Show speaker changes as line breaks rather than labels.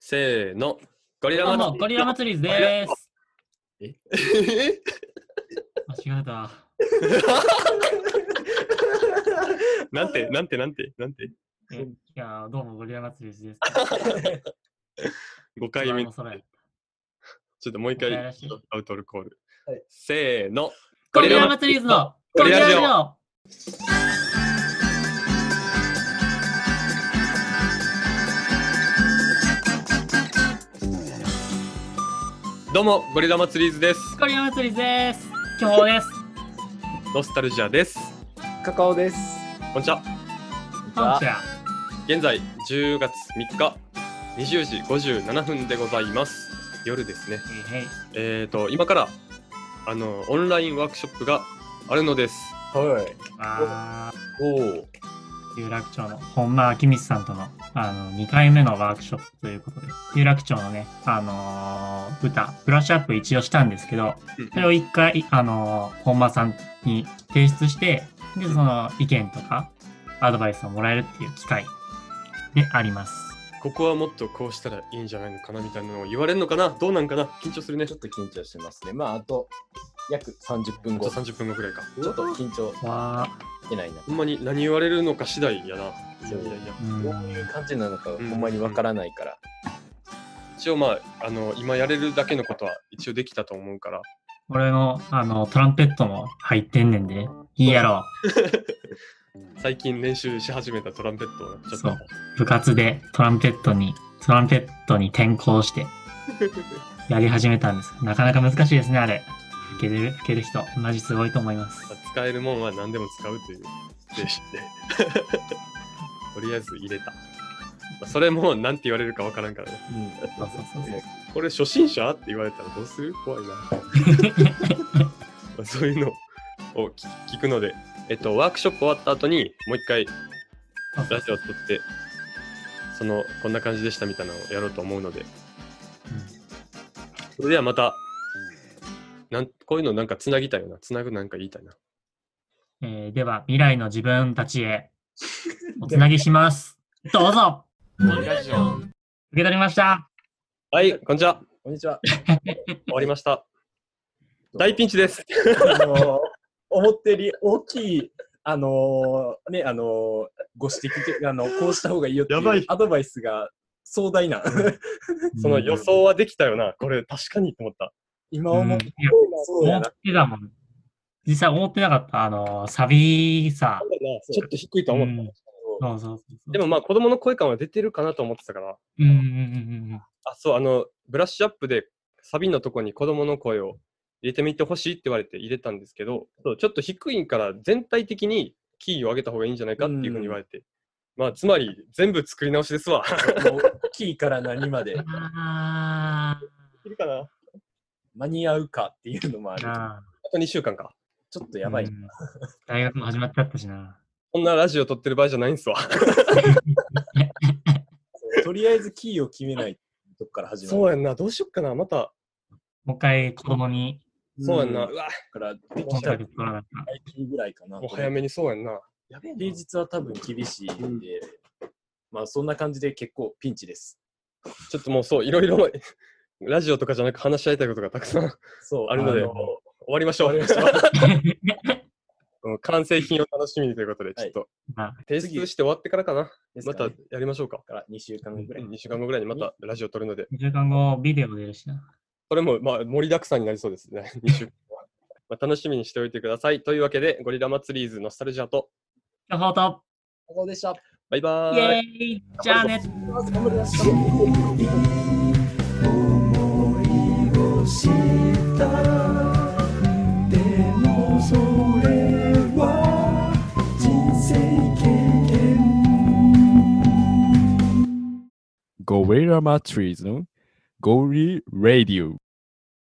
せーの。ゴリ
ど
ラ
うも、
祭
ゴリラ祭りです。
り。え
間違えた。
なんて、なんて、なんて、なんて。
えいやー、どうも、ゴリラ祭りです。
5回目。ちょ
それ
っともう一
ごめんな
回
さい、
アウトルコール
はい。
せーの。
ゴリラ祭りの
ゴ
ゴ
リ
リ
ラ
ラ
ジオ
ジオ
どうも、ゴリラ祭りーズです。
ゴリラ祭りです。巨峰です。
ノスタルジアです。
カカオです。
こんにちは。
パンチャ
現在、10月3日、20時57分でございます。夜ですね。
えいへい
えーと、今から、あの、オンラインワークショップがあるのです。
はい。
あ
おお。
ー有楽町の本間明道さんとのあの2回目のワークショップということで、有楽町のね、あのー豚、ブラッシュアップ一応したんですけど、それを一回、あのー本間さんに提出して、で、その意見とか、アドバイスをもらえるっていう機会であります。
ここはもっとこうしたらいいんじゃないのかなみたいなのを言われるのかなどうなんかな緊張するね。
ち
ち
ょ
ょ
っと緊張してますね。まああと約30分
っと
後。
30分後くらいか。
ちょっと緊張
わ
してないな。
ほんまに何言われるのか次第やな。い
そ
や
う
いやいや
ーうん
どういう感じなのかほんまにわからないから。
一応まあ、あの、今やれるだけのことは一応できたと思うから、
俺の、あの、トランペットも入ってんねんで。いいやろ。
最近練習し始めたトランペットをちょっと
そう。部活でトランペットに、トランペットに転校して、やり始めたんです。なかなか難しいですね、あれ。吹ける、吹ける人、マジすごいと思います。
使えるもんは何でも使うという精神で。 とりあえず入れた。まあそれも何て言われるかわからんからね。
う
そ
ん。
うそうそうそう。
これ初心者って言われたらどうする怖 いな。まあそういうのを聞聞くので、えっと、ワークショップ終わった後にもう一回
そうそう
ラジオを撮って、その、こんな感じでしたみたいなのをやろうと思うので、それではまた、なんこういうのなんかつなぎたいよな。つなぐなんか言いたいな。
うんえーでは、未来の自分たちへ、おつなぎします。どうぞ受け取りました
はい、こんにちは。
こんにちは。
終わりました。大ピンチです。
あのー思ったより大きい、あのーね、あのーご指摘というかあの、こうした方がいいよってい
やばいう
アドバイスが壮大な。
その予想はできたよな。これ確かにと思った。
今
うん
思っ
い
て
や
そう
思
や
っ
な。
てたもん。実際思ってなかった。あの、サビさ。
ちょっと低いと思った。
うんそうそうそうそう。
でもまあ子供の声感は出てるかなと思ってたから、
うんうんうんうん
あ、そう、あの、ブラッシュアップでサビのとこに子供の声を入れてみてほしいって言われて入れたんですけど、そうちょっと低いんから全体的にキーを上げた方がいいんじゃないかっていうふうに言われて、まあ、つまり全部作り直しですわ。
もう大きいから何まで
うん。あ
いるか な
間に合うかっていうのもあ
ー
る。
なあ。
あと2週間か。
ちょっとやばい。
うん大学も始まっちゃったしな。
こんなラジオ撮ってる場合じゃないんすわ。
とりあえずキーを決めないとこから始まる。
そうやんな。どうしよっかな。また、
もう一回子供に
そうやんな。
だ
うわ、
から、で
音
きたら
楽作らなかっ
来期ぐらいかな。
もう早めにそうやんな。
やべえな平日は多分厳しいんで、まあそんな感じで結構ピンチです。
ちょっともうそう、いろいろ、 ラジオとかじゃなく話し合いたいことがたくさん 終
そう、
あるので
の終
わりましょ
わり
う
ま。した。
た。
うん完成品を楽しみにということで、ちょっと
まあ
提出して終わってからかな。
です
また
かね
やりましょうか。
から2週間ぐらい。
2週間後ぐらいにまたラジオ撮るので、
2週間後、ビデオ出るしな。
それもまあ盛りだくさんになりそうですね、2週間 は。まあ楽しみにしておいてください。というわけで、ゴリラ祭りーズノスタルジアと、
両方と、
ここでした。
バイバ
イ
ーイ
ェーイじゃあね
頑張りました。
でもそれは人生経験
Gorilla Matrix の Gorilla Radio。